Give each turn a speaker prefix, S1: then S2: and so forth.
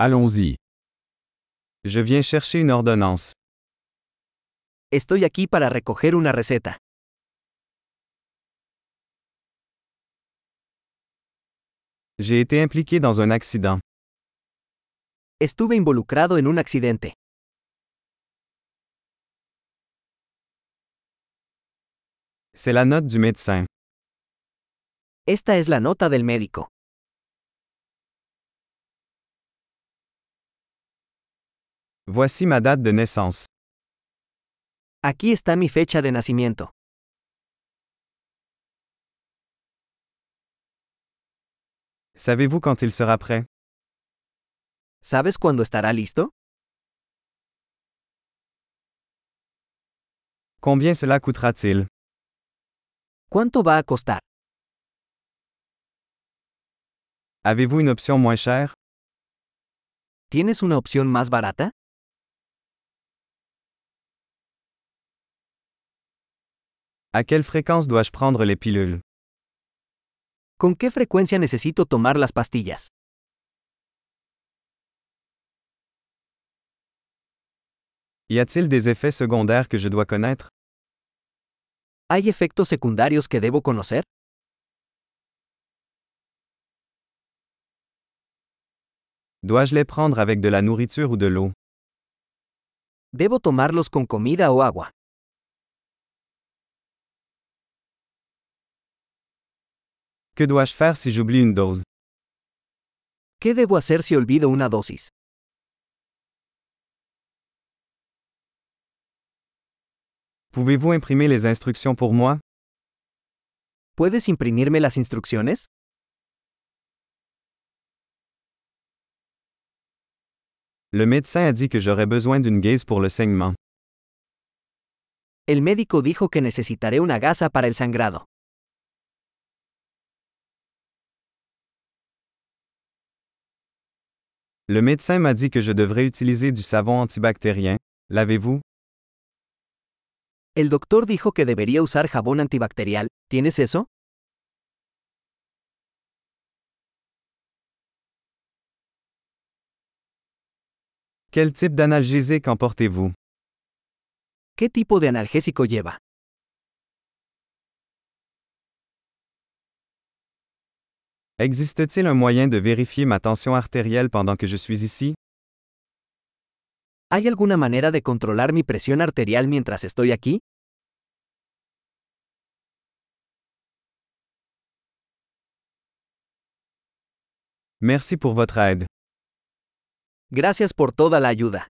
S1: Allons-y. Je viens chercher une ordonnance.
S2: Estoy aquí para recoger una receta.
S1: J'ai été impliqué dans un accident.
S2: Estuve involucrado en un accidente.
S1: C'est la note du médecin.
S2: Esta es la nota del médico.
S1: Voici ma date de naissance.
S2: Aquí está mi fecha de nacimiento.
S1: Savez-vous quand il sera prêt?
S2: ¿Sabes cuándo estará listo?
S1: Combien cela coûtera-t-il?
S2: ¿Cuánto va a costar?
S1: Avez-vous une option moins chère?
S2: ¿Tienes una opción más barata?
S1: À quelle fréquence dois-je prendre les pilules?
S2: ¿Con qué frecuencia necesito tomar las pastillas?
S1: Y a-t-il des effets secondaires que je dois connaître?
S2: ¿Hay efectos secundarios que debo conocer?
S1: Dois-je les prendre avec de la nourriture ou de l'eau?
S2: ¿Debo tomarlos con comida o agua?
S1: Que dois-je faire si j'oublie une dose?
S2: ¿Qué debo hacer si olvido una dosis?
S1: Pouvez-vous imprimer les instructions pour moi?
S2: ¿Puedes imprimirme las instrucciones?
S1: Le médecin a dit que j'aurais besoin d'une guise pour le saignement.
S2: El médico dijo que necesitaré una gasa para el sangrado.
S1: Le médecin m'a dit que je devrais utiliser du savon antibactérien. L'avez-vous?
S2: El doctor dijo que debería usar jabón antibacterial. ¿Tienes eso?
S1: Quel type d'analgésique emportez-vous?
S2: ¿Qué tipo de analgésico lleva?
S1: Existe-t-il un moyen de vérifier ma tension artérielle pendant que je suis ici?
S2: ¿Hay alguna manera de controlar mi presión arterial mientras estoy aquí?
S1: Merci pour votre aide.
S2: Gracias por toda la ayuda.